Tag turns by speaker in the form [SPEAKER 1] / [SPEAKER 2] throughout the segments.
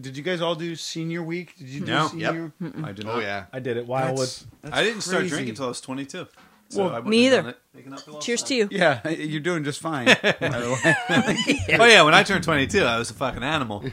[SPEAKER 1] did you guys all do senior week? Did you do
[SPEAKER 2] No.
[SPEAKER 1] senior?
[SPEAKER 2] I did
[SPEAKER 3] Oh yeah.
[SPEAKER 1] I did it. Wildwood.
[SPEAKER 2] That's- I didn't start drinking until I was 22. So
[SPEAKER 1] Well,
[SPEAKER 2] I wouldn't
[SPEAKER 4] me
[SPEAKER 2] have
[SPEAKER 4] either.
[SPEAKER 2] done it. They can up the
[SPEAKER 4] Cheers
[SPEAKER 2] last
[SPEAKER 4] to you.
[SPEAKER 1] yeah, you're doing just fine. by the way.
[SPEAKER 2] time. Oh yeah, when I turned 22, I was a fucking animal.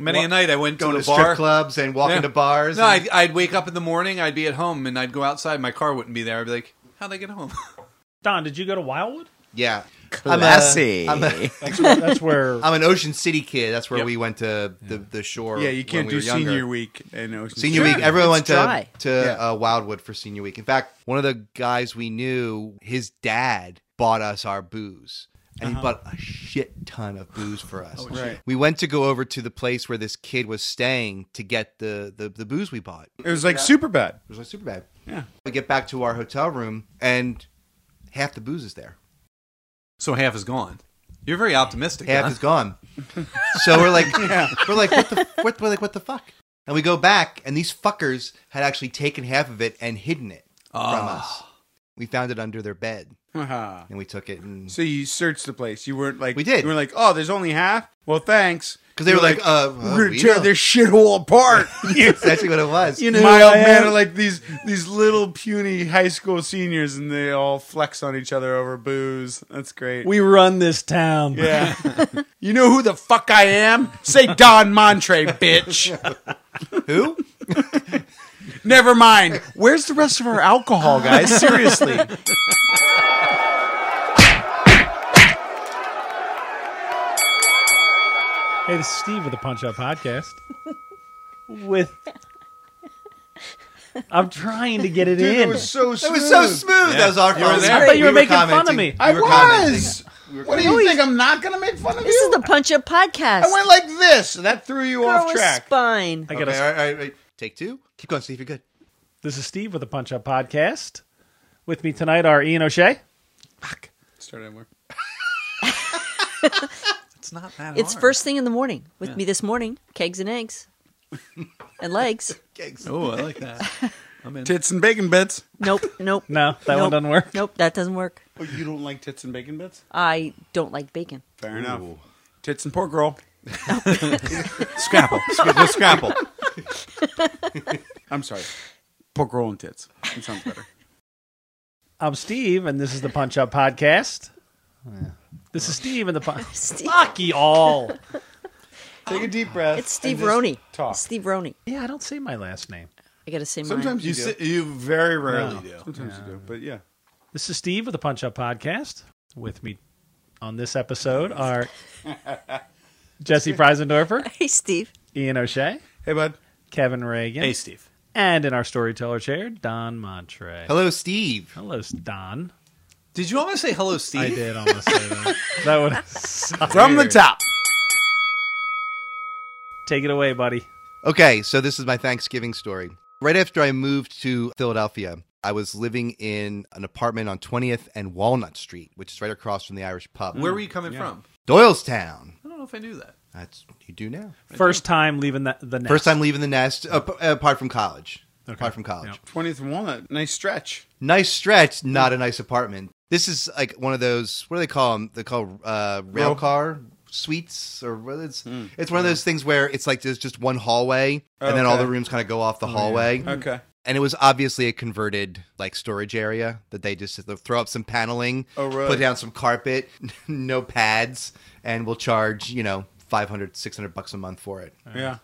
[SPEAKER 2] Many a night I went
[SPEAKER 3] Going
[SPEAKER 2] to
[SPEAKER 3] to
[SPEAKER 2] the bar.
[SPEAKER 3] strip clubs and walking
[SPEAKER 2] Yeah.
[SPEAKER 3] to bars.
[SPEAKER 2] No, I'd,
[SPEAKER 3] and-
[SPEAKER 2] I'd wake up in the morning, I'd be at home, and I'd go outside. My car wouldn't be there. I'd be like, "How'd I get home?"
[SPEAKER 5] Don, did you go to Wildwood?
[SPEAKER 3] yeah. I'm a-
[SPEAKER 6] Classy.
[SPEAKER 3] I'm a-
[SPEAKER 5] That's where, that's where
[SPEAKER 1] Uh,
[SPEAKER 3] I'm an Ocean City kid. That's where
[SPEAKER 2] Yep.
[SPEAKER 3] we went to the, the shore.
[SPEAKER 1] yeah, you can't
[SPEAKER 3] when we
[SPEAKER 1] do
[SPEAKER 3] were younger.
[SPEAKER 1] senior week in Ocean
[SPEAKER 3] Senior
[SPEAKER 1] City.
[SPEAKER 3] week, everyone went
[SPEAKER 6] It's
[SPEAKER 3] to,
[SPEAKER 6] dry.
[SPEAKER 3] to
[SPEAKER 1] Yeah.
[SPEAKER 3] uh, Wildwood for senior week. In fact, one of the guys we knew, his dad bought us our booze. And he bought a shit ton of booze for us.
[SPEAKER 1] Right.
[SPEAKER 3] We went to go over to the place where this kid was staying to get the, the, the booze we bought. It
[SPEAKER 1] It was like super bad.
[SPEAKER 3] was like super bad.
[SPEAKER 1] Yeah.
[SPEAKER 3] We get back to our hotel room and half the booze is there.
[SPEAKER 2] so half is gone. You're very optimistic.
[SPEAKER 3] half
[SPEAKER 2] Don.
[SPEAKER 3] is gone. So we're like, we're like, what the, what, we're like, what the fuck? And we go back, and these fuckers had actually taken half of it and hidden it from
[SPEAKER 2] Ah.
[SPEAKER 3] us. We found it under their bed,
[SPEAKER 1] Uh-huh.
[SPEAKER 3] and we took it, and
[SPEAKER 1] So you searched the place. You weren't like
[SPEAKER 3] We did.
[SPEAKER 1] You were like, oh, there's only half. Well, thanks.
[SPEAKER 3] 'Cause they
[SPEAKER 1] You
[SPEAKER 3] were like, uh,
[SPEAKER 1] we're
[SPEAKER 3] well,
[SPEAKER 1] gonna
[SPEAKER 3] we
[SPEAKER 1] tear
[SPEAKER 3] know."
[SPEAKER 1] this shithole apart.
[SPEAKER 3] that's actually what it was.
[SPEAKER 6] You know
[SPEAKER 1] My
[SPEAKER 6] who I
[SPEAKER 1] old man
[SPEAKER 6] am?
[SPEAKER 1] are like these these little puny high school seniors, and they all flex on each other over booze. That's great.
[SPEAKER 5] we run this town.
[SPEAKER 1] yeah. you know who the fuck I am? Say Don Montre, bitch.
[SPEAKER 3] Who?
[SPEAKER 1] Never mind. Where's the rest of our alcohol, guys? Seriously.
[SPEAKER 5] Hey, this is Steve with the Punch Up Podcast. with I'm trying to get it
[SPEAKER 1] Dude, it
[SPEAKER 5] in.
[SPEAKER 1] was so smooth.
[SPEAKER 3] It was so smooth. That was our
[SPEAKER 2] You were
[SPEAKER 3] fault.
[SPEAKER 2] there. I
[SPEAKER 5] thought you were making fun of
[SPEAKER 3] commenting-
[SPEAKER 5] me.
[SPEAKER 3] we
[SPEAKER 1] I
[SPEAKER 3] were commenting.
[SPEAKER 1] was. What do you think? I'm not gonna make fun of
[SPEAKER 4] This
[SPEAKER 1] you.
[SPEAKER 4] is the Punch Up Podcast.
[SPEAKER 1] I went like this. That threw you
[SPEAKER 4] Grow
[SPEAKER 1] off
[SPEAKER 4] a
[SPEAKER 1] track.
[SPEAKER 4] spine.
[SPEAKER 5] I
[SPEAKER 3] Okay, all
[SPEAKER 5] gotta-
[SPEAKER 3] right, all right, all right. Take two. Keep going, see if you're good.
[SPEAKER 5] This is Steve with the Punch Up Podcast. With me tonight are Ian O'Shea.
[SPEAKER 1] Start over.
[SPEAKER 2] It's not that.
[SPEAKER 4] It's
[SPEAKER 2] hard.
[SPEAKER 4] first thing in the morning. With me this morning, kegs and eggs. and legs.
[SPEAKER 2] Oh, I like that. I'm in.
[SPEAKER 1] Tits and bacon bits.
[SPEAKER 4] Nope, nope.
[SPEAKER 5] No, that one
[SPEAKER 4] Nope.
[SPEAKER 5] doesn't work.
[SPEAKER 4] Nope, that doesn't work.
[SPEAKER 1] Oh, you don't like tits and bacon bits?
[SPEAKER 4] I don't like bacon.
[SPEAKER 1] Fair enough. Tits and pork roll.
[SPEAKER 2] Scrapple. Scrapple. Scrapple.
[SPEAKER 1] I'm sorry. Pork roll and tits. It sounds better.
[SPEAKER 5] I'm Steve, and this is the Punch Up Podcast. This is Steve and the Punch.
[SPEAKER 4] Steve,
[SPEAKER 5] Fuck you all.
[SPEAKER 1] Take a deep breath.
[SPEAKER 4] it's Steve
[SPEAKER 1] and just
[SPEAKER 4] Roney.
[SPEAKER 1] Talk.
[SPEAKER 4] Steve Roney.
[SPEAKER 5] Yeah, I don't say my last name.
[SPEAKER 4] I gotta say mine.
[SPEAKER 1] Sometimes you,
[SPEAKER 2] You,
[SPEAKER 1] do.
[SPEAKER 2] si- you very rarely
[SPEAKER 5] No.
[SPEAKER 2] do.
[SPEAKER 1] Sometimes you do. But yeah.
[SPEAKER 5] This is Steve with the Punch Up Podcast. With me on this episode are Jesse Preisendorfer,
[SPEAKER 4] Hey, Steve.
[SPEAKER 5] Ian O'Shea,
[SPEAKER 1] Hey, bud.
[SPEAKER 5] Kevin Reagan,
[SPEAKER 2] Hey, Steve.
[SPEAKER 5] and in our storyteller chair, Don Montre.
[SPEAKER 3] Hello, Steve.
[SPEAKER 5] Hello, Don.
[SPEAKER 2] Did you almost say hello, Steve?
[SPEAKER 5] I did almost say that. That would suck.
[SPEAKER 1] From the top.
[SPEAKER 5] Take it away, buddy.
[SPEAKER 3] Okay, so this is my Thanksgiving story. Right after I moved to Philadelphia, I was living in an apartment on 20th and Walnut Street, which is right across from the Irish pub.
[SPEAKER 2] Where were you coming from?
[SPEAKER 3] Doylestown.
[SPEAKER 2] I don't know if I knew that.
[SPEAKER 3] That's you do now.
[SPEAKER 5] First time leaving the, the nest.
[SPEAKER 3] First time leaving the nest, ap- apart from college. Apart from college.
[SPEAKER 5] Yep.
[SPEAKER 1] 20th and Walnut. Nice stretch.
[SPEAKER 3] Nice stretch, not a nice apartment. This is like one of those. What do they call them? They call uh, rail
[SPEAKER 1] Row.
[SPEAKER 3] car suites, or what it's it's one of those things where it's like there's just one hallway, and then all
[SPEAKER 1] Okay.
[SPEAKER 3] the rooms kind of go off the hallway.
[SPEAKER 1] Mm. Okay.
[SPEAKER 3] and it was obviously a converted like storage area that they just they'll throw up some paneling,
[SPEAKER 1] Oh, really?
[SPEAKER 3] put down some carpet, no pads, and we'll charge you know 500, 600 bucks a month for it.
[SPEAKER 1] Yeah.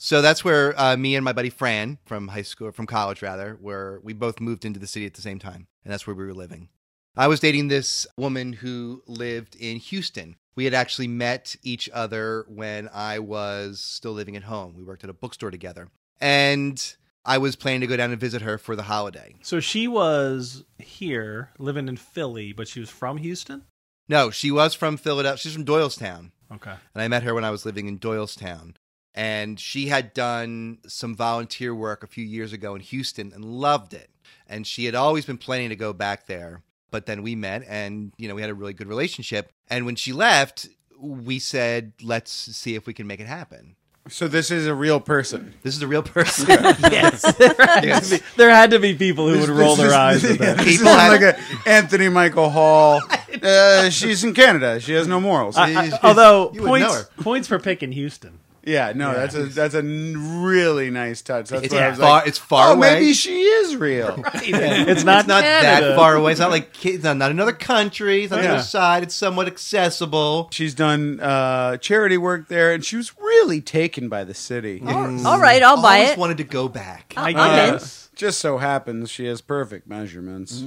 [SPEAKER 3] So that's where uh, me and my buddy Fran from high school, from college rather, where we both moved into the city at the same time, and that's where we were living. I was dating this woman who lived in Houston. We had actually met each other when I was still living at home. We worked at a bookstore together, and I was planning to go down and visit her for the holiday.
[SPEAKER 5] So she was here, living in Philly, but she was from Houston?
[SPEAKER 3] No, she was from Philadelphia. She's from Doylestown.
[SPEAKER 5] Okay.
[SPEAKER 3] and I met her when I was living in Doylestown. And she had done some volunteer work a few years ago in Houston and loved it. And she had always been planning to go back there. But then we met and, you know, we had a really good relationship. And when she left, we said, let's see if we can make it happen.
[SPEAKER 1] So this is a real person.
[SPEAKER 3] This is a real person.
[SPEAKER 5] Yes. there, had
[SPEAKER 3] Yes.
[SPEAKER 5] to be, there had to be people who would roll
[SPEAKER 1] This
[SPEAKER 5] their
[SPEAKER 1] is-
[SPEAKER 5] eyes at that.
[SPEAKER 1] This is
[SPEAKER 3] People had-
[SPEAKER 1] like a Anthony Michael Hall. Uh, she's in Canada. She has no morals.
[SPEAKER 5] I- I-
[SPEAKER 3] You-
[SPEAKER 5] although
[SPEAKER 1] Oh,
[SPEAKER 3] you would know
[SPEAKER 5] points points for picking Houston.
[SPEAKER 1] Yeah, no, that's a that's a n- really nice touch. That's
[SPEAKER 3] It's
[SPEAKER 1] what I was
[SPEAKER 3] far.
[SPEAKER 1] like.
[SPEAKER 3] it's far
[SPEAKER 1] oh,
[SPEAKER 3] away.
[SPEAKER 1] maybe she is real.
[SPEAKER 5] It's not,
[SPEAKER 3] it's not
[SPEAKER 5] Canada.
[SPEAKER 3] that far away. It's not like Ca- it's not, not another country. It's on the
[SPEAKER 1] Yeah.
[SPEAKER 3] other side. It's somewhat accessible.
[SPEAKER 1] She's done uh, charity work there, and she was really taken by the city.
[SPEAKER 4] All- all right, I'll buy
[SPEAKER 3] Always
[SPEAKER 4] it.
[SPEAKER 3] wanted to go back.
[SPEAKER 4] I'm
[SPEAKER 5] I
[SPEAKER 4] in.
[SPEAKER 5] guess.
[SPEAKER 1] Just so happens she has perfect measurements.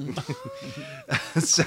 [SPEAKER 3] so,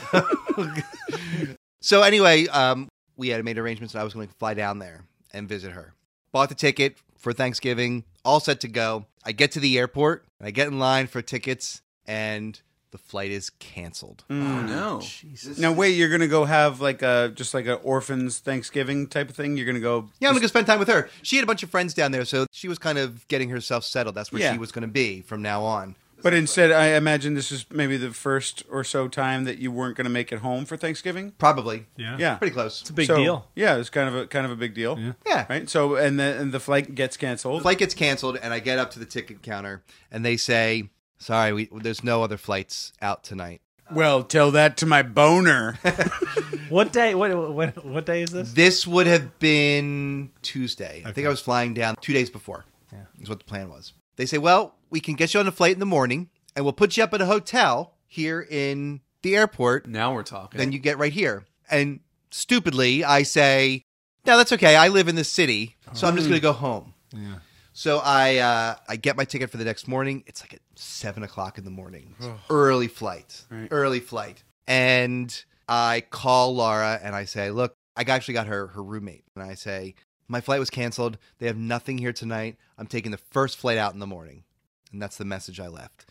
[SPEAKER 3] so anyway, um, we had made arrangements that I was going to fly down there and visit her. Bought the ticket for Thanksgiving, all set to go. I get to the airport and I get in line for tickets, and the flight is canceled.
[SPEAKER 1] Mm.
[SPEAKER 2] Oh, no.
[SPEAKER 1] Now wait, you're gonna go have like a just like an orphans Thanksgiving type of thing. You're gonna go.
[SPEAKER 3] Yeah, I'm going to spend time with her. She had a bunch of friends down there, so she was kind of getting herself settled. That's where
[SPEAKER 1] Yeah.
[SPEAKER 3] she was going to be from now on.
[SPEAKER 1] But instead, I imagine this is maybe the first or so time that you weren't gonna make it home for Thanksgiving.
[SPEAKER 3] Probably.
[SPEAKER 5] Yeah.
[SPEAKER 1] Yeah,
[SPEAKER 3] Pretty close.
[SPEAKER 5] It's a big
[SPEAKER 1] So,
[SPEAKER 5] deal.
[SPEAKER 1] Yeah, it's kind of a kind of a big deal.
[SPEAKER 5] Yeah.
[SPEAKER 3] Yeah.
[SPEAKER 1] Right. So and the and the flight gets canceled.
[SPEAKER 3] Flight gets canceled, and I get up to the ticket counter, and they say, "Sorry, we, there's no other flights out tonight."
[SPEAKER 1] Well, tell that to my boner.
[SPEAKER 5] What day? What, what what day is this?
[SPEAKER 3] This would have been Tuesday. I think I was flying down two days before. Yeah. Is what the plan was. They say, well, we can get you on a flight in the morning and we'll put you up at a hotel here in the airport.
[SPEAKER 2] Now we're talking.
[SPEAKER 3] Then you get right here. And stupidly, I say, no, that's okay. I live in the city, so I'm just going to go home. Yeah. So I uh, I get my ticket for the next morning. It's like at seven o'clock in the morning. It's Early flight.
[SPEAKER 1] Right.
[SPEAKER 3] Early flight. And I call Laura and I say, look, I actually got her her roommate, and I say, my flight was canceled. They have nothing here tonight. I'm taking the first flight out in the morning, and that's the message I left.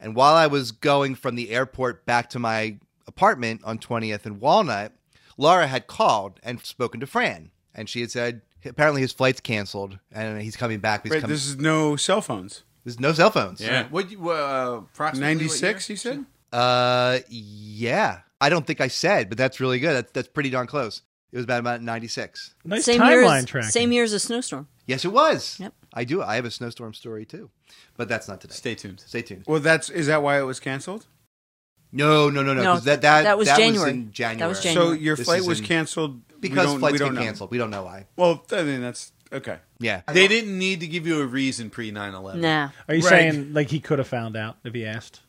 [SPEAKER 3] And while I was going from the airport back to my apartment on 20th and Walnut, Laura had called and spoken to Fran, and she had said apparently his flight's canceled and he's coming back. He's
[SPEAKER 1] Right,
[SPEAKER 3] coming.
[SPEAKER 1] this is no cell phones.
[SPEAKER 3] There's no cell phones.
[SPEAKER 2] yeah. What? you- Uh, approximately what
[SPEAKER 1] Ninety six,
[SPEAKER 2] year?
[SPEAKER 1] you said.
[SPEAKER 3] Uh, yeah. I don't think I said, but that's really good. That's, that's pretty darn close. It was about about 96.
[SPEAKER 5] Nice
[SPEAKER 4] same year
[SPEAKER 5] timeline
[SPEAKER 4] as,
[SPEAKER 5] tracking.
[SPEAKER 4] Same year as a snowstorm.
[SPEAKER 3] Yes, it was.
[SPEAKER 4] Yep.
[SPEAKER 3] I do. I have a snowstorm story too, but that's not today.
[SPEAKER 2] Stay tuned.
[SPEAKER 3] Stay tuned.
[SPEAKER 1] Well, that's is that why it was canceled?
[SPEAKER 3] No, no, no, no.
[SPEAKER 4] No,
[SPEAKER 3] 'cause that, that,
[SPEAKER 4] that was January.
[SPEAKER 3] in January.
[SPEAKER 4] That was January.
[SPEAKER 1] So your
[SPEAKER 3] This
[SPEAKER 1] flight
[SPEAKER 3] is
[SPEAKER 1] was
[SPEAKER 3] in-
[SPEAKER 1] canceled we
[SPEAKER 3] Because
[SPEAKER 1] don't- we
[SPEAKER 3] flights
[SPEAKER 1] don't
[SPEAKER 3] get
[SPEAKER 1] know.
[SPEAKER 3] canceled. We don't know why.
[SPEAKER 1] Well, I mean that's okay.
[SPEAKER 3] Yeah.
[SPEAKER 2] They didn't need to give you a reason pre 9 11.
[SPEAKER 4] Nah.
[SPEAKER 5] Are you
[SPEAKER 1] Right.
[SPEAKER 5] saying like he could have found out if he asked?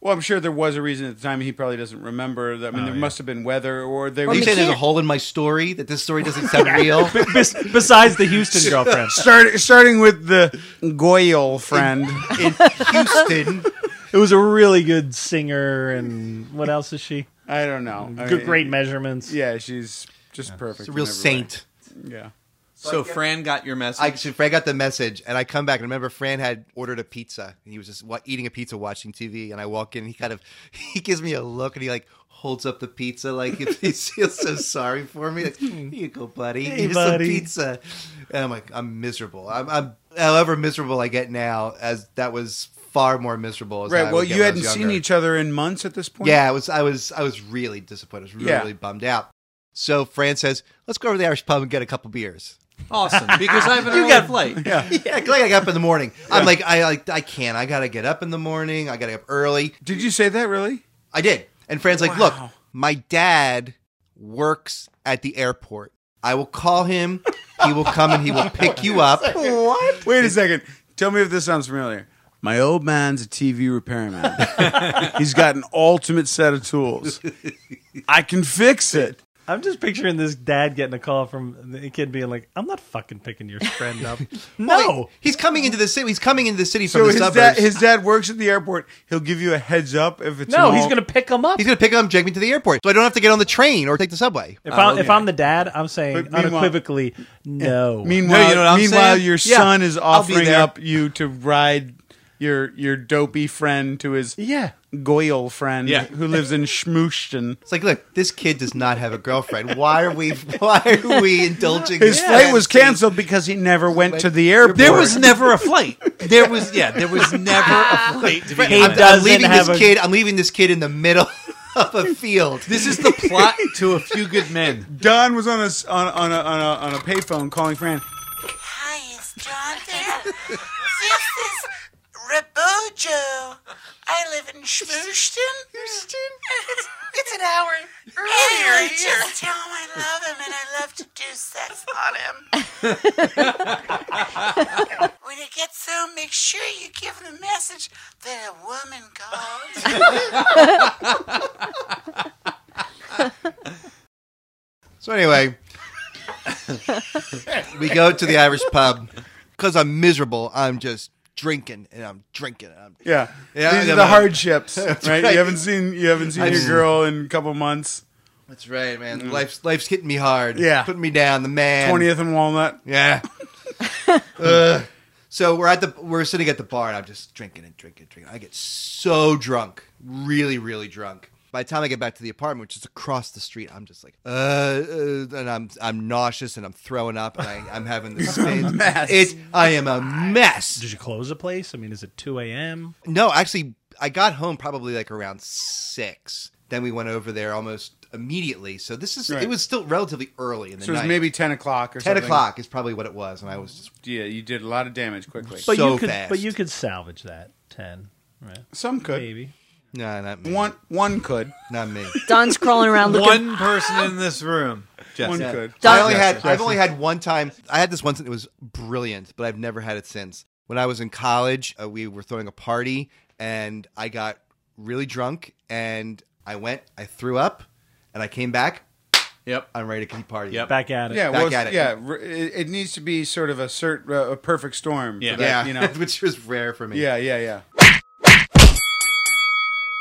[SPEAKER 1] Well, I'm sure there was a reason at the time. He probably doesn't remember. That, I mean,
[SPEAKER 5] Oh,
[SPEAKER 1] there
[SPEAKER 5] yeah.
[SPEAKER 1] must have been weather, or they
[SPEAKER 4] Or
[SPEAKER 3] Are
[SPEAKER 1] were
[SPEAKER 3] you
[SPEAKER 4] we
[SPEAKER 3] saying there's a
[SPEAKER 4] can't-
[SPEAKER 3] hole in my story that this story doesn't sound real?
[SPEAKER 5] Bes- besides the Houston girlfriend.
[SPEAKER 1] Start, starting with the Goyle friend.
[SPEAKER 3] in Houston.
[SPEAKER 5] It was a really good singer, and what else is she?
[SPEAKER 1] I don't know. I
[SPEAKER 5] Good,
[SPEAKER 1] mean,
[SPEAKER 5] great measurements.
[SPEAKER 1] Yeah, she's just perfect.
[SPEAKER 3] It's a
[SPEAKER 1] in
[SPEAKER 3] real
[SPEAKER 1] every way.
[SPEAKER 3] saint.
[SPEAKER 1] Yeah.
[SPEAKER 2] So Fran got your message.
[SPEAKER 3] I actually, Fran got the message, and I come back and remember Fran had ordered a pizza, and he was just wa- eating a pizza, watching TV, and I walk in, and he kind of he gives me a look, and he like holds up the pizza like if he feels so sorry for me. Like, Here you go, buddy.
[SPEAKER 5] Hey,
[SPEAKER 3] Here's
[SPEAKER 5] buddy."
[SPEAKER 3] the pizza. And I'm like, I'm miserable. I'm, I'm however miserable I get now, as that was far more miserable. As I
[SPEAKER 1] Right.
[SPEAKER 3] would
[SPEAKER 1] Well,
[SPEAKER 3] get
[SPEAKER 1] you
[SPEAKER 3] when I was
[SPEAKER 1] hadn't seen
[SPEAKER 3] younger.
[SPEAKER 1] each other in months at this point.
[SPEAKER 3] Yeah, I was I was I was really disappointed. I was really,
[SPEAKER 1] Yeah.
[SPEAKER 3] really bummed out. So Fran says, "Let's go over to the Irish pub and get a couple beers."
[SPEAKER 2] awesome. Because I have an early flight.
[SPEAKER 1] Yeah.
[SPEAKER 3] Yeah, 'cause I got up in the morning. I'm like, I like I can't. I gotta get up in the morning. I gotta get up early.
[SPEAKER 1] Did you say that really?
[SPEAKER 3] I did. And Fran's
[SPEAKER 1] Wow.
[SPEAKER 3] like, look, my dad works at the airport. I will call him. He will come and he will pick you up.
[SPEAKER 1] What? Wait a second. Tell me if this sounds familiar. My old man's a TV repairman. He's got an ultimate set of tools. I can fix it.
[SPEAKER 5] I'm just picturing this dad getting a call from the kid being like, "I'm not fucking picking your friend up." no,
[SPEAKER 3] He's coming into the city. He's coming into the city from
[SPEAKER 1] So
[SPEAKER 3] the
[SPEAKER 1] his
[SPEAKER 3] suburbs.
[SPEAKER 1] dad, his dad works at the airport. He'll give you a heads up if it's
[SPEAKER 5] no,
[SPEAKER 1] an
[SPEAKER 5] he's
[SPEAKER 1] all-
[SPEAKER 5] gonna pick him up.
[SPEAKER 3] He's gonna pick him up, and drag me to the airport, so I don't have to get on the train or take the subway.
[SPEAKER 5] If I'm,
[SPEAKER 1] Oh,
[SPEAKER 5] if
[SPEAKER 1] okay.
[SPEAKER 5] I'm the dad, I'm saying
[SPEAKER 1] But meanwhile-
[SPEAKER 5] unequivocally, no.
[SPEAKER 1] Meanwhile,
[SPEAKER 2] No, you know what I'm
[SPEAKER 1] meanwhile,
[SPEAKER 2] saying?
[SPEAKER 1] your
[SPEAKER 2] Yeah,
[SPEAKER 1] son is
[SPEAKER 2] I'll be
[SPEAKER 1] offering
[SPEAKER 2] there.
[SPEAKER 1] up you to ride your your dopey friend to his
[SPEAKER 5] yeah,
[SPEAKER 1] Goyle friend
[SPEAKER 2] Yeah.
[SPEAKER 1] who lives in Schmooshton.
[SPEAKER 3] It's like, look, this kid does not have a girlfriend. Why are we? Why are we indulging?
[SPEAKER 1] His
[SPEAKER 3] this
[SPEAKER 1] flight was
[SPEAKER 3] fantasy?
[SPEAKER 1] canceled because he never went to the airport.
[SPEAKER 2] There was never a flight. There was, yeah, there was never a flight to be
[SPEAKER 5] He
[SPEAKER 2] had.
[SPEAKER 3] I'm
[SPEAKER 5] doesn't
[SPEAKER 3] leaving
[SPEAKER 5] have
[SPEAKER 3] this
[SPEAKER 5] a-
[SPEAKER 3] kid. I'm leaving this kid in the middle of a field.
[SPEAKER 2] This is the plot to A Few Good Men.
[SPEAKER 1] Don was on a s- on, on a on a on a payphone calling Fran.
[SPEAKER 6] Hi, it's John there. this is Rabojo. I live in Schmooston. Houston? It's, an hour earlier. just tell him I love him and I love to do sex on him. when it gets home, make sure you give the message that a woman called.
[SPEAKER 3] So anyway, we go to the Irish pub because I'm miserable. I'm just drinking and I'm drinking and I'm
[SPEAKER 1] Yeah.
[SPEAKER 3] Yeah,
[SPEAKER 1] These
[SPEAKER 3] yeah,
[SPEAKER 1] are the
[SPEAKER 3] man.
[SPEAKER 1] hardships, right?
[SPEAKER 3] right.
[SPEAKER 1] You haven't seen you haven't seen your girl in a couple months.
[SPEAKER 3] That's right, man. Life's life's hitting me hard.
[SPEAKER 1] Yeah.
[SPEAKER 3] putting me down. The man.
[SPEAKER 1] Twentieth and Walnut.
[SPEAKER 3] Yeah. Ugh. So we're at the we're sitting at the bar and I'm just drinking and drinking and drinking. I get so drunk, really really drunk. By the time I get back to the apartment, which is across the street, I'm just like, uh, uh and I'm I'm nauseous and I'm throwing up and I, I'm having this spin.
[SPEAKER 1] mess.
[SPEAKER 3] It I am a mess.
[SPEAKER 5] Did you close the place? I mean, is it 2 a.m.?
[SPEAKER 3] No, actually, I got home probably like around six. Then we went over there almost immediately. So this is
[SPEAKER 1] Right.
[SPEAKER 3] it was still relatively early in the
[SPEAKER 1] So it was
[SPEAKER 3] night.
[SPEAKER 1] maybe ten o'clock or
[SPEAKER 3] ten
[SPEAKER 1] something.
[SPEAKER 3] o'clock is probably what it was, and I was just
[SPEAKER 1] Yeah, you did a lot of damage quickly.
[SPEAKER 3] But- So
[SPEAKER 5] you could,
[SPEAKER 3] fast.
[SPEAKER 5] But you could salvage that 10, right?
[SPEAKER 1] Some could.
[SPEAKER 5] Maybe.
[SPEAKER 3] no, not me.
[SPEAKER 1] One one could.
[SPEAKER 3] Not me.
[SPEAKER 4] Don's crawling around looking.
[SPEAKER 2] One person in this room. Jess.
[SPEAKER 1] One could.
[SPEAKER 3] I only had
[SPEAKER 1] Yes,
[SPEAKER 3] I've only had one time. I had this once and it was brilliant, but I've never had it since. When I was in college, uh, we were throwing a party and I got really drunk and I went, I threw up, and I came back.
[SPEAKER 2] Yep.
[SPEAKER 3] I'm ready to keep partying.
[SPEAKER 2] Yep.
[SPEAKER 5] Back at it.
[SPEAKER 1] Yeah,
[SPEAKER 3] Back
[SPEAKER 1] well,
[SPEAKER 3] at it.
[SPEAKER 1] yeah. r- It, it needs to be sort of a cert, uh, a perfect storm. for
[SPEAKER 2] Yeah.
[SPEAKER 1] that,
[SPEAKER 3] Yeah,
[SPEAKER 1] you know.
[SPEAKER 3] which was rare for me.
[SPEAKER 1] yeah, yeah, yeah.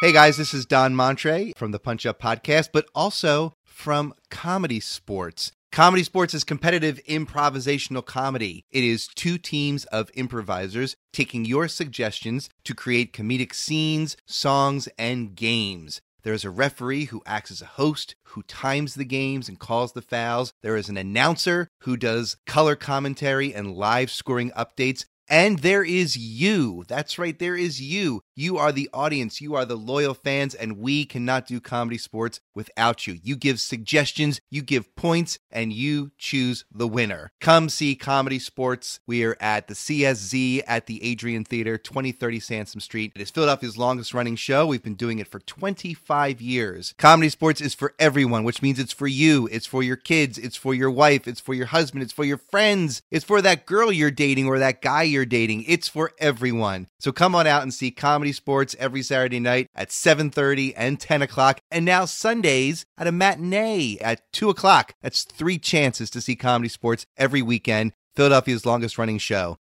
[SPEAKER 3] Hey guys, this is Don Montre from the Punch Up Podcast, but also from Comedy Sports. Comedy Sports is competitive improvisational comedy. It is two teams of improvisers taking your suggestions to create comedic scenes, songs, and games. There is a referee who acts as a host, who times the games and calls the fouls. There is an announcer who does color commentary and live scoring updates. And there is you. That's right, there is you. You are the audience, you are the loyal fans, and we cannot do comedy sports without you. You give suggestions, you give points, and you choose the winner. Come see Comedy Sports. We are at the CSZ at the Adrian Theater, 2030 Sansom Street. It is Philadelphia's longest running show. We've been doing it for 25 years. Comedy Sports is for everyone, which means it's for you, it's for your kids, it's for your wife, it's for your husband, it's for your friends, it's for that girl you're dating or that guy you're dating. It's for everyone. So come on out and see Comedy Sports every Saturday night at 7:30 and 10 o'clock, and now Sundays at a matinee at 2 o'clock. That's three chances to see Comedy Sports every weekend. Philadelphia's longest running show,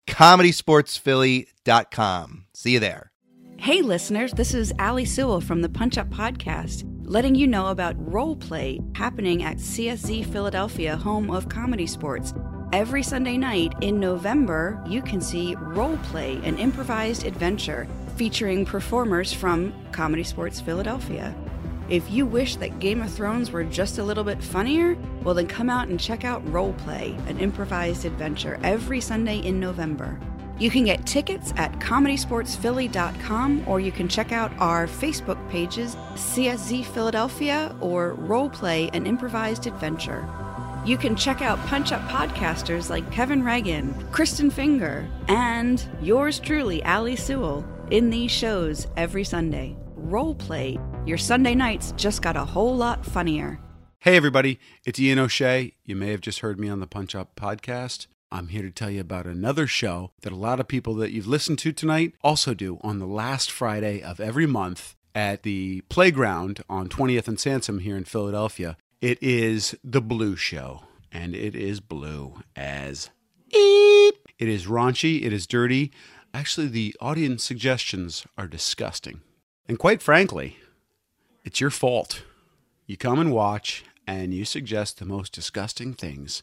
[SPEAKER 3] comedysportsphilly.com. See you there.
[SPEAKER 7] Hey, listeners, this is Ali Sewell from the Punch Up Podcast, letting you know about role play happening at CSZ Philadelphia, home of comedy sports. Every Sunday night in November, you can see Role Play, an improvised adventure featuring performers from Comedy Sports Philadelphia. If you wish that Game of Thrones were just a little bit funnier, well, then come out and check out Role Play, an improvised adventure, every Sunday in November. You can get tickets at comedysportsphilly.com or you can check out our Facebook pages, CSZ Philadelphia or Roleplay an Improvised Adventure. You can check out punch up podcasters like Kevin Reagan, Kristen Finger, and yours truly, Ali Sewell, in these shows every Sunday. Roleplay, your Sunday nights just got a whole lot funnier.
[SPEAKER 1] Hey, everybody, it's Ian O'Shea. You may have just heard me on the Punch Up podcast. I'm here to tell you about another show that a lot of people that you've listened to tonight also do on the last Friday of every month at the playground on 20th and Sansom here in Philadelphia. It is The Blue Show, and it is blue as eep. It is raunchy, it is dirty. Actually, the audience suggestions are disgusting. And quite frankly, it's your fault. You come and watch, and you suggest the most disgusting things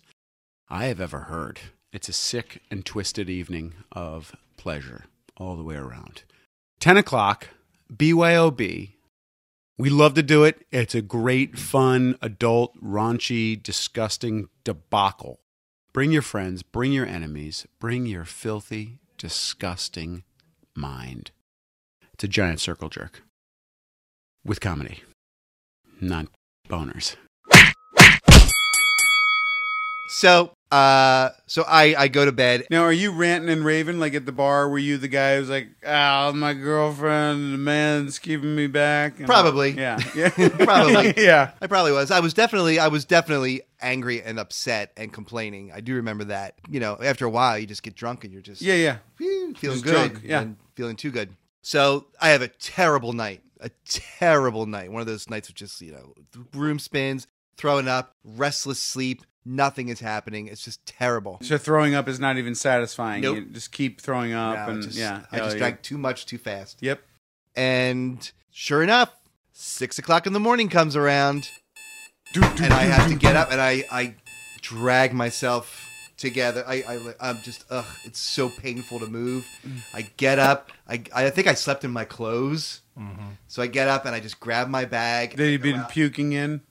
[SPEAKER 1] I have ever heard. It's a sick and twisted evening of pleasure all the way around. 10 o'clock, BYOB. We love to do it. It's a great, fun, adult, raunchy, disgusting debacle. Bring your friends, bring your enemies, bring your filthy, disgusting mind. It's a giant circle jerk with comedy not boners.
[SPEAKER 3] So, uh, so I, I go to bed.
[SPEAKER 2] Now, are you ranting and raving like at the bar? Were you the guy who's like, "Ah, my girlfriend, the man's keeping me back"? And-
[SPEAKER 3] Probably.
[SPEAKER 2] Yeah. Yeah.
[SPEAKER 3] Probably.
[SPEAKER 2] yeah.
[SPEAKER 3] I probably was. I was definitely, I was definitely angry and upset and complaining. I do remember that. You know, after a while, you just get drunk and you're just
[SPEAKER 2] Yeah. Yeah.
[SPEAKER 3] whew, feeling
[SPEAKER 2] Just
[SPEAKER 3] good,
[SPEAKER 2] drunk, yeah.
[SPEAKER 3] and feeling too good. So I have a terrible night, a terrible night. One of those nights of just you know, room spins, throwing up, restless sleep. Nothing is happening. It's just terrible.
[SPEAKER 2] So throwing up is not even satisfying.
[SPEAKER 3] Nope.
[SPEAKER 2] You just keep throwing up,
[SPEAKER 3] No,
[SPEAKER 2] and
[SPEAKER 3] just-
[SPEAKER 2] yeah.
[SPEAKER 3] I
[SPEAKER 2] hell
[SPEAKER 3] just
[SPEAKER 2] yeah.
[SPEAKER 3] drank too much too fast.
[SPEAKER 2] Yep.
[SPEAKER 3] And sure enough, six o'clock in the morning comes around, and I have to get up and I, I drag myself together. I, I, I'm just, ugh, it's so painful to move.
[SPEAKER 2] Mm.
[SPEAKER 3] I get up. I, I think I slept in my clothes. So I get up and I just grab my bag.
[SPEAKER 2] That Mm-hmm. you've
[SPEAKER 3] I go
[SPEAKER 2] been
[SPEAKER 3] out.
[SPEAKER 2] puking in.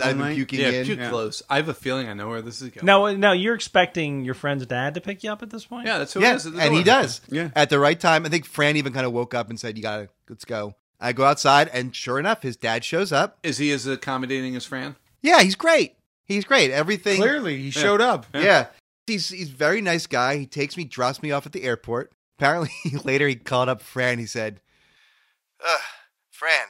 [SPEAKER 2] all
[SPEAKER 3] I've been
[SPEAKER 2] night?
[SPEAKER 3] puking
[SPEAKER 8] Yeah,
[SPEAKER 3] in.
[SPEAKER 8] too
[SPEAKER 2] Yeah.
[SPEAKER 8] close. I have a feeling I know where this is going.
[SPEAKER 5] Now, now you're expecting your friend's dad to pick you up at this point.
[SPEAKER 8] yeah, that's who
[SPEAKER 3] yeah,
[SPEAKER 8] it is. At the
[SPEAKER 3] and he
[SPEAKER 8] door.
[SPEAKER 3] does.
[SPEAKER 2] Yeah.
[SPEAKER 3] At the right time. I think Fran even kind of woke up and said, You gotta, let's go. I go outside, and sure enough, his dad shows up.
[SPEAKER 8] Is he as accommodating as Fran?
[SPEAKER 3] Yeah, he's great. He's great. Everything.
[SPEAKER 2] Clearly, he showed up.
[SPEAKER 3] Yeah. He's he's a very nice guy. He takes me, drops me off at the airport. Apparently later he called up Fran. He said, Ugh, Fran,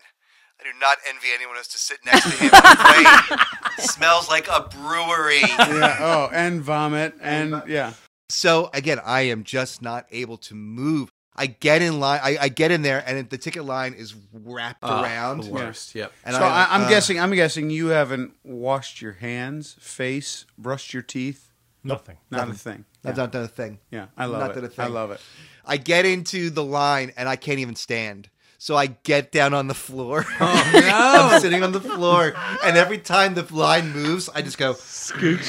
[SPEAKER 3] I do not envy anyone who has to sit next to him on the plane. Smells like a brewery.
[SPEAKER 2] yeah. Oh, and vomit, and yeah.
[SPEAKER 3] So again, I am just not able to move. I get in line. I, I get in there, and the ticket line is wrapped
[SPEAKER 8] Ah,
[SPEAKER 3] around.
[SPEAKER 8] the worst. Yep.
[SPEAKER 3] And
[SPEAKER 2] so I, I'm
[SPEAKER 3] uh,
[SPEAKER 2] guessing. I'm guessing you haven't washed your hands, face, brushed your teeth.
[SPEAKER 5] nothing.
[SPEAKER 2] Not a thing.
[SPEAKER 3] I've
[SPEAKER 2] yeah.
[SPEAKER 3] not done a thing.
[SPEAKER 2] Yeah, I love
[SPEAKER 3] Not
[SPEAKER 2] it.
[SPEAKER 3] done a thing.
[SPEAKER 2] I love it.
[SPEAKER 3] I get into the line and I can't even stand. So I get down on the floor.
[SPEAKER 8] Oh,
[SPEAKER 3] I'm sitting on the floor. And every time the line moves, I just go scooch,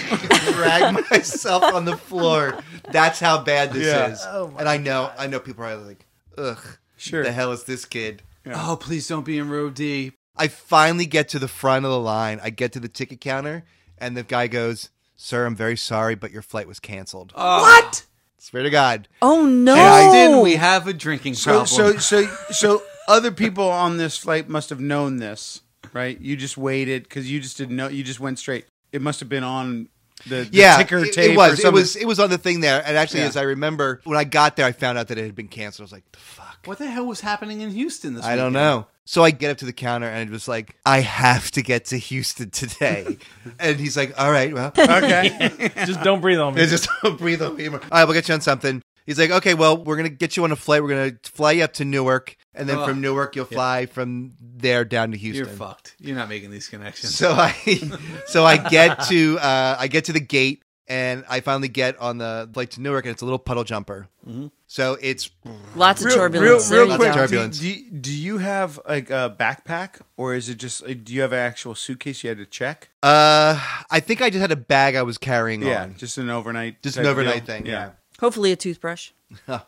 [SPEAKER 3] drag myself on the floor. That's how bad this
[SPEAKER 2] Yeah.
[SPEAKER 3] is. and I know, I know people are like, ugh,
[SPEAKER 2] Sure.
[SPEAKER 3] the hell is this kid?
[SPEAKER 8] Oh, please don't be in row D.
[SPEAKER 3] I finally get to the front of the line. I get to the ticket counter, and the guy goes, Sir, I'm very sorry, but your flight was canceled.
[SPEAKER 8] Oh.
[SPEAKER 4] What?
[SPEAKER 3] Swear to God.
[SPEAKER 4] Oh no!
[SPEAKER 8] Didn't we have a drinking
[SPEAKER 2] So,
[SPEAKER 8] problem?
[SPEAKER 2] so, so, so, other people on this flight must have known this, right? You just waited because you just didn't know. You just went straight. It must have been on the, the
[SPEAKER 3] yeah,
[SPEAKER 2] ticker
[SPEAKER 3] it,
[SPEAKER 2] tape.
[SPEAKER 3] It
[SPEAKER 2] Or
[SPEAKER 3] was. It
[SPEAKER 2] something.
[SPEAKER 3] was. It was on the thing there. And actually,
[SPEAKER 2] Yeah.
[SPEAKER 3] as I remember, when I got there, I found out that it had been canceled. I was like, the fuck.
[SPEAKER 8] what the hell was happening in Houston this
[SPEAKER 3] I
[SPEAKER 8] weekend?
[SPEAKER 3] don't know. So I get up to the counter and it was like, I have to get to Houston today. and he's like, All right, well,
[SPEAKER 2] okay.
[SPEAKER 5] Just don't breathe on me.
[SPEAKER 3] it's just don't breathe on me. anymore. All right, we'll get you on something. He's like, Okay, well, we're gonna get you on a flight. We're gonna fly you up to Newark, and then
[SPEAKER 8] Ugh.
[SPEAKER 3] from Newark you'll fly from there down to Houston.
[SPEAKER 8] You're fucked. You're not making these connections.
[SPEAKER 3] So I, so I get to, uh, I get to the gate, and I finally get on the flight to Newark, and it's a little puddle jumper.
[SPEAKER 2] Mm-hmm.
[SPEAKER 3] So it's
[SPEAKER 4] Lots of
[SPEAKER 2] Real, real,
[SPEAKER 4] turbulence. There
[SPEAKER 2] real
[SPEAKER 4] you
[SPEAKER 2] quick.
[SPEAKER 4] go.
[SPEAKER 3] Turbulence.
[SPEAKER 2] Do, do, do you have like a backpack, or is it just? Like, do you have an actual suitcase you had to check?
[SPEAKER 3] Uh, I think I just had a bag I was carrying
[SPEAKER 2] Yeah,
[SPEAKER 3] on.
[SPEAKER 2] just an overnight.
[SPEAKER 3] Just
[SPEAKER 2] type
[SPEAKER 3] an overnight
[SPEAKER 2] deal?
[SPEAKER 3] thing. Yeah.
[SPEAKER 2] Yeah.
[SPEAKER 4] Hopefully, a toothbrush.
[SPEAKER 2] Oh,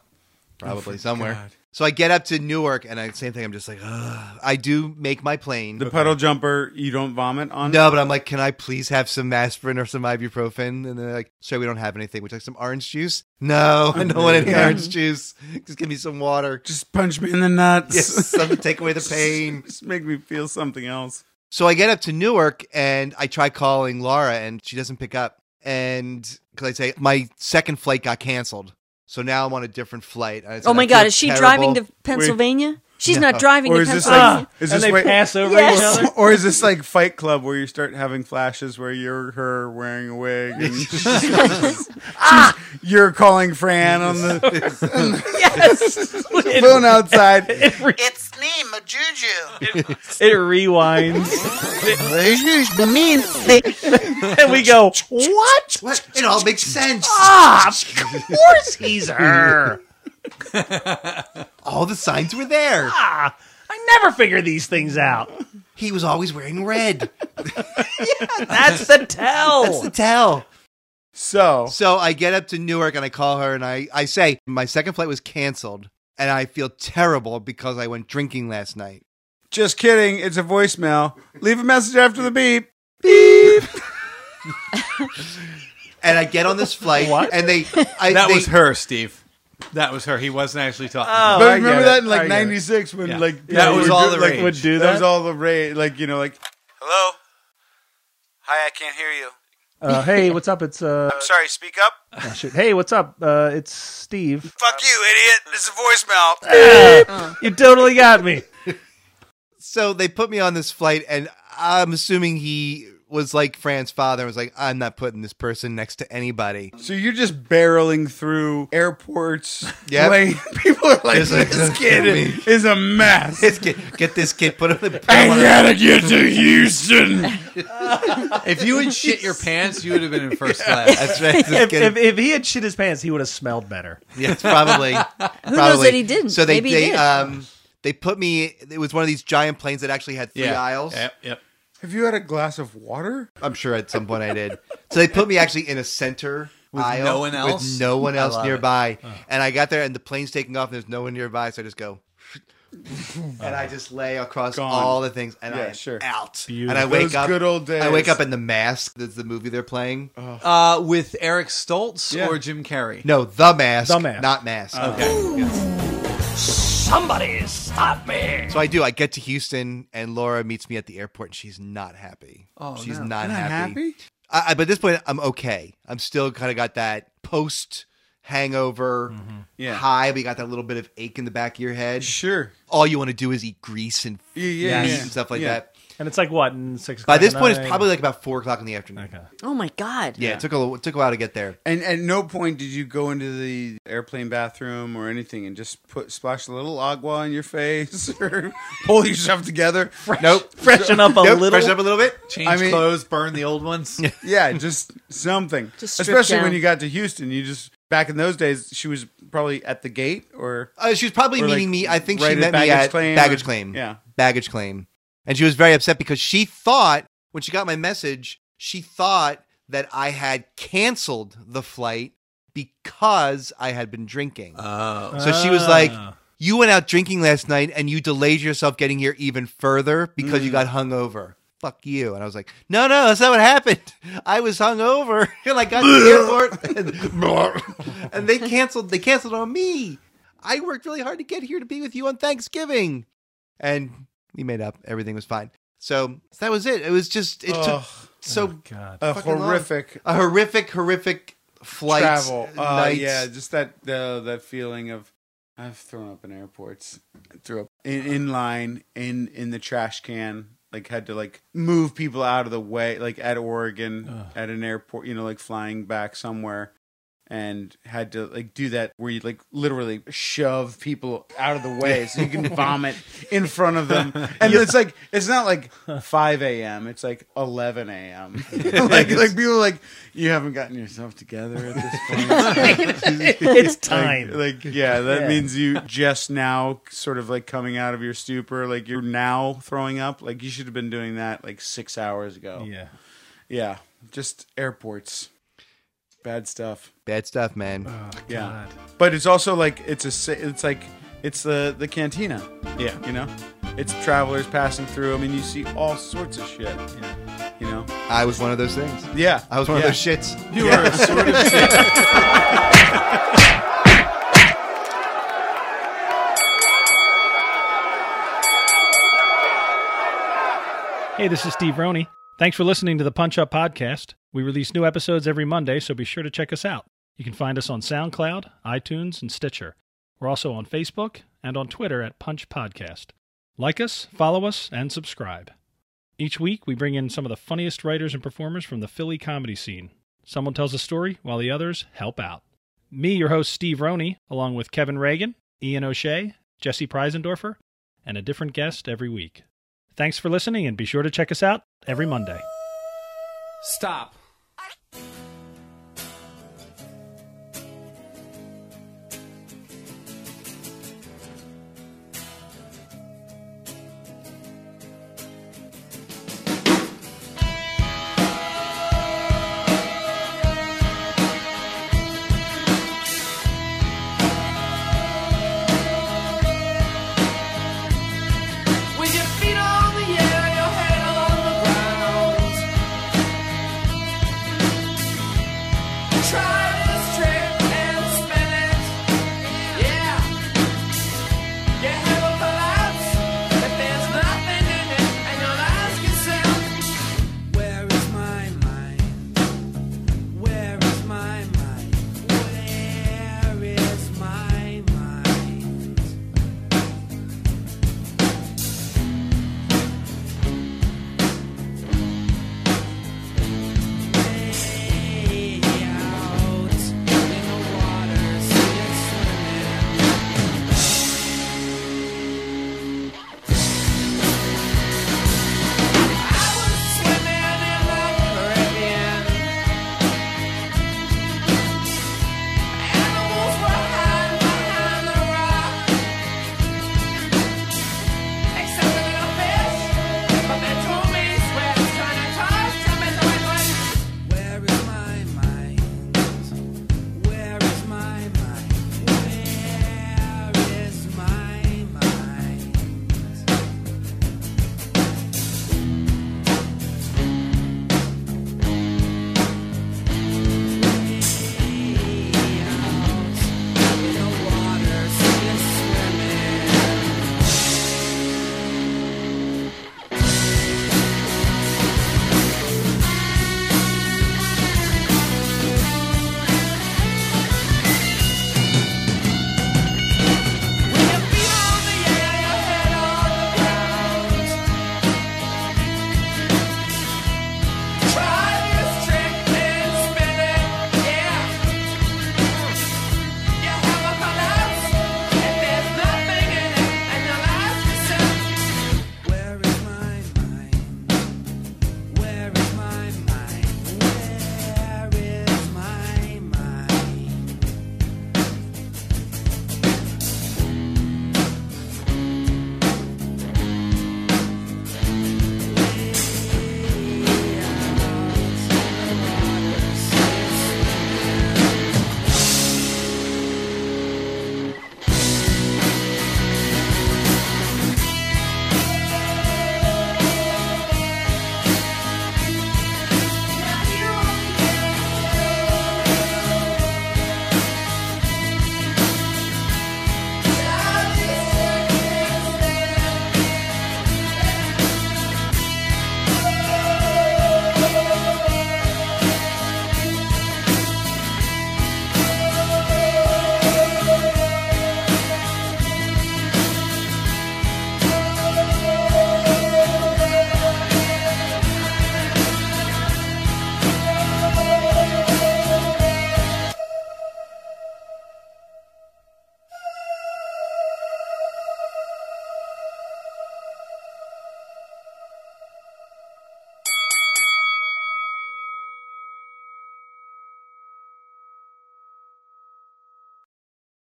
[SPEAKER 3] Probably somewhere. So I get up to Newark and I same thing. I'm just like, Ugh. I do make my plane.
[SPEAKER 2] The puddle jumper, you don't vomit on.
[SPEAKER 3] no, but I'm like, can I please have some aspirin or some ibuprofen? And they're like, sorry, we don't have anything. Would you like some orange juice? No, I don't want any orange juice. Just give me some water.
[SPEAKER 2] Just punch me in the nuts.
[SPEAKER 3] Yes, something to take away the pain.
[SPEAKER 2] Just make me feel something else.
[SPEAKER 3] So I get up to Newark and I try calling Laura and she doesn't pick up. And because I say my second flight got canceled, so now I'm on a different flight. I said,
[SPEAKER 4] Oh my
[SPEAKER 3] I
[SPEAKER 4] God!
[SPEAKER 3] feel
[SPEAKER 4] Is she
[SPEAKER 3] terrible.
[SPEAKER 4] driving to Pennsylvania? She's not driving
[SPEAKER 2] Or
[SPEAKER 4] to
[SPEAKER 2] is this
[SPEAKER 4] Pennsylvania.
[SPEAKER 2] like?
[SPEAKER 5] Ah,
[SPEAKER 2] Is
[SPEAKER 5] and
[SPEAKER 2] this
[SPEAKER 5] they
[SPEAKER 2] way-
[SPEAKER 5] pass over
[SPEAKER 4] Yes.
[SPEAKER 5] each other.
[SPEAKER 2] or is this like Fight Club where you start having flashes where you're her wearing a wig and she's- you're calling Fran on the
[SPEAKER 5] Yes.
[SPEAKER 2] phone outside?
[SPEAKER 5] it, re-
[SPEAKER 6] It's me, Majuju.
[SPEAKER 5] it rewinds,
[SPEAKER 6] Excuse me.
[SPEAKER 5] and we go. Ah,
[SPEAKER 6] What?
[SPEAKER 3] What? It all makes sense.
[SPEAKER 6] Of course he's her.
[SPEAKER 3] All the signs were there.
[SPEAKER 5] Ah, I never figure these things out.
[SPEAKER 3] He was always wearing red.
[SPEAKER 5] That's the tell.
[SPEAKER 3] That's the tell.
[SPEAKER 2] So
[SPEAKER 3] So I get up to Newark and I call her and I, I say, My second flight was canceled and I feel terrible because I went drinking last night.
[SPEAKER 2] just kidding, it's a voicemail. Leave a message after the beep.
[SPEAKER 3] And I get on this flight
[SPEAKER 5] What?
[SPEAKER 3] and they. I,
[SPEAKER 8] that
[SPEAKER 3] they-
[SPEAKER 8] was her, Steve. That was her. He wasn't actually talking.
[SPEAKER 5] Oh,
[SPEAKER 2] but
[SPEAKER 5] I
[SPEAKER 2] remember
[SPEAKER 5] get
[SPEAKER 2] that in
[SPEAKER 5] it. I
[SPEAKER 2] like
[SPEAKER 5] get it.
[SPEAKER 2] '96 when
[SPEAKER 8] Yeah. That
[SPEAKER 2] like people
[SPEAKER 8] was
[SPEAKER 2] would
[SPEAKER 8] all
[SPEAKER 2] do-
[SPEAKER 8] the
[SPEAKER 2] like,
[SPEAKER 8] rage.
[SPEAKER 5] Would do
[SPEAKER 2] That was
[SPEAKER 5] that?
[SPEAKER 2] all the rage. Like you know, like
[SPEAKER 6] Hello? Hi, I can't hear you.
[SPEAKER 5] Uh, hey, what's up? It's uh,
[SPEAKER 6] I'm sorry, speak up.
[SPEAKER 5] oh, shit. hey, what's up? Uh, it's Steve.
[SPEAKER 6] Fuck you, idiot. This is a voicemail.
[SPEAKER 5] You totally got me.
[SPEAKER 3] So they put me on this flight, and I'm assuming he was like Fran's father and was like, I'm not putting this person next to anybody.
[SPEAKER 1] So you're just barreling through airports.
[SPEAKER 3] Yep.
[SPEAKER 1] like, people are like,
[SPEAKER 3] It's like,
[SPEAKER 1] this kid is a mess.
[SPEAKER 3] Let's get, get this kid, put him in
[SPEAKER 1] I
[SPEAKER 3] the.
[SPEAKER 1] gotta get to Houston. if you had shit your pants, you would have been in first class.
[SPEAKER 3] That's right. This
[SPEAKER 5] If,
[SPEAKER 3] kid-
[SPEAKER 5] if, if he had shit his pants, he would have smelled better.
[SPEAKER 3] Yes, probably.
[SPEAKER 4] Who knows
[SPEAKER 3] probably.
[SPEAKER 4] that he didn't?
[SPEAKER 3] So they
[SPEAKER 4] Maybe he
[SPEAKER 3] they
[SPEAKER 4] did.
[SPEAKER 3] um they put me. It was one of these giant planes that actually had three aisles.
[SPEAKER 1] Yep, yep.
[SPEAKER 2] Have you had a glass of water?
[SPEAKER 3] I'm sure at some point I did. So they put me actually in a center
[SPEAKER 1] With
[SPEAKER 3] aisle
[SPEAKER 1] no one else?
[SPEAKER 3] with no one
[SPEAKER 1] I
[SPEAKER 3] else
[SPEAKER 1] love it.
[SPEAKER 3] nearby. And I got there, and the plane's taking off, and there's no one nearby. So I just go. And I just lay across
[SPEAKER 2] Gone.
[SPEAKER 3] all the things, and
[SPEAKER 2] Yeah,
[SPEAKER 3] I'm
[SPEAKER 2] sure.
[SPEAKER 3] out. And
[SPEAKER 5] Beautiful.
[SPEAKER 3] I wake
[SPEAKER 2] Those
[SPEAKER 3] up.
[SPEAKER 2] good old days. Uh-huh.
[SPEAKER 3] I wake up in the mask. That's the movie they're playing.
[SPEAKER 1] Uh, with Eric Stoltz
[SPEAKER 2] Yeah.
[SPEAKER 1] or Jim Carrey?
[SPEAKER 3] No, the mask.
[SPEAKER 5] The Mask.
[SPEAKER 3] not mask.
[SPEAKER 2] Uh-huh.
[SPEAKER 1] Okay.
[SPEAKER 9] Somebody stop me!
[SPEAKER 3] So I do. I get to Houston, and Laura meets me at the airport, and she's not happy.
[SPEAKER 1] Oh,
[SPEAKER 3] she's
[SPEAKER 1] no.
[SPEAKER 3] not,
[SPEAKER 2] Not
[SPEAKER 3] happy.
[SPEAKER 2] happy?
[SPEAKER 3] I, I, but at this point, I'm okay. I'm still kind of got that post hangover
[SPEAKER 2] Mm-hmm. Yeah.
[SPEAKER 3] high. We got that little bit of ache in the back of your head.
[SPEAKER 1] Sure.
[SPEAKER 3] All you want to do is eat grease and
[SPEAKER 2] Yeah, yeah,
[SPEAKER 3] meat
[SPEAKER 2] yeah.
[SPEAKER 3] and stuff like
[SPEAKER 2] Yeah.
[SPEAKER 3] that.
[SPEAKER 5] And it's like what in six.
[SPEAKER 3] By
[SPEAKER 5] o'clock
[SPEAKER 3] this
[SPEAKER 5] at
[SPEAKER 3] point, it's
[SPEAKER 5] night?
[SPEAKER 3] probably like about four o'clock in the afternoon.
[SPEAKER 5] okay.
[SPEAKER 4] oh my god.
[SPEAKER 3] Yeah, it took a little- it took a while to get there.
[SPEAKER 2] And at no point did you go into the airplane bathroom or anything and just put splash a little agua in your face or pull yourself together.
[SPEAKER 3] Nope.
[SPEAKER 5] Freshen up a
[SPEAKER 3] nope.
[SPEAKER 5] little.
[SPEAKER 3] Freshen up a little bit.
[SPEAKER 1] Change
[SPEAKER 2] I mean-
[SPEAKER 1] clothes, burn the old ones.
[SPEAKER 2] Yeah, just something.
[SPEAKER 4] Just strip
[SPEAKER 2] Especially when
[SPEAKER 4] down.
[SPEAKER 2] you got to Houston, you just back in those days she was probably at the gate or
[SPEAKER 3] Uh, she was probably
[SPEAKER 2] Or, like,
[SPEAKER 3] meeting me. I think she
[SPEAKER 2] right
[SPEAKER 3] met
[SPEAKER 2] at
[SPEAKER 3] me
[SPEAKER 2] baggage
[SPEAKER 3] at
[SPEAKER 2] claim or-
[SPEAKER 3] baggage claim.
[SPEAKER 2] Yeah.
[SPEAKER 3] baggage claim. And she was very upset because she thought, when she got my message, she thought that I had canceled the flight because I had been drinking.
[SPEAKER 1] Oh.
[SPEAKER 3] so she was like,
[SPEAKER 5] Ah.
[SPEAKER 3] You went out drinking last night and you delayed yourself getting here even further because
[SPEAKER 2] Mm.
[SPEAKER 3] you got hungover. Fuck you. And I was like, No, no, that's not what happened. I was hungover and I got to the airport and, and they canceled they canceled on me. I worked really hard to get here to be with you on Thanksgiving. And we made up. Everything was fine. So that was it. It was just it took
[SPEAKER 2] Ugh,
[SPEAKER 3] so
[SPEAKER 5] God.
[SPEAKER 2] a
[SPEAKER 3] fucking long.
[SPEAKER 2] horrific
[SPEAKER 3] a horrific, horrific flight
[SPEAKER 2] travel. Uh,
[SPEAKER 3] nights.
[SPEAKER 2] yeah, just that uh, that feeling of I've thrown up in airports. I threw up in, in line in in the trash can. Like had to like move people out of the way. Like at Oregon at an airport, you know, like flying back somewhere. And had to like do that where you like literally shove people out of the way so you can vomit in front of them, and it's like it's not like five a.m. It's like eleven a.m. like like people are like you haven't gotten yourself together at this point.
[SPEAKER 5] it's time.
[SPEAKER 2] Like, yeah, that
[SPEAKER 5] Yeah.
[SPEAKER 2] means you just now sort of like coming out of your stupor. Like, you're now throwing up. Like, you should have been doing that like six hours ago.
[SPEAKER 5] yeah.
[SPEAKER 2] Yeah. Just airports. Bad stuff.
[SPEAKER 3] Bad stuff, man.
[SPEAKER 2] Yeah.
[SPEAKER 5] God.
[SPEAKER 2] But it's also like, it's a, sa- it's like, it's the, the cantina,
[SPEAKER 1] Yeah.
[SPEAKER 2] you know? It's travelers passing through. I mean, you see all sorts of shit, you know?
[SPEAKER 3] I was one of those things.
[SPEAKER 2] Yeah.
[SPEAKER 3] I was one
[SPEAKER 2] yeah.
[SPEAKER 3] of those shits.
[SPEAKER 1] You were a sort of
[SPEAKER 5] Hey, this is Steve Roney. Thanks for listening to the Punch Up Podcast. We release new episodes every Monday, so be sure to check us out. You can find us on SoundCloud, iTunes, and Stitcher. We're also on Facebook and on Twitter at Punch Podcast. Like us, follow us, and subscribe. Each week, we bring in some of the funniest writers and performers from the Philly comedy scene. Someone tells a story while the others help out. Me, your host, Steve Roney, along with Kevin Reagan, Ian O'Shea, Jesse Preisendorfer, and a different guest every week. Thanks for listening and be sure to check us out every Monday.
[SPEAKER 9] Stop.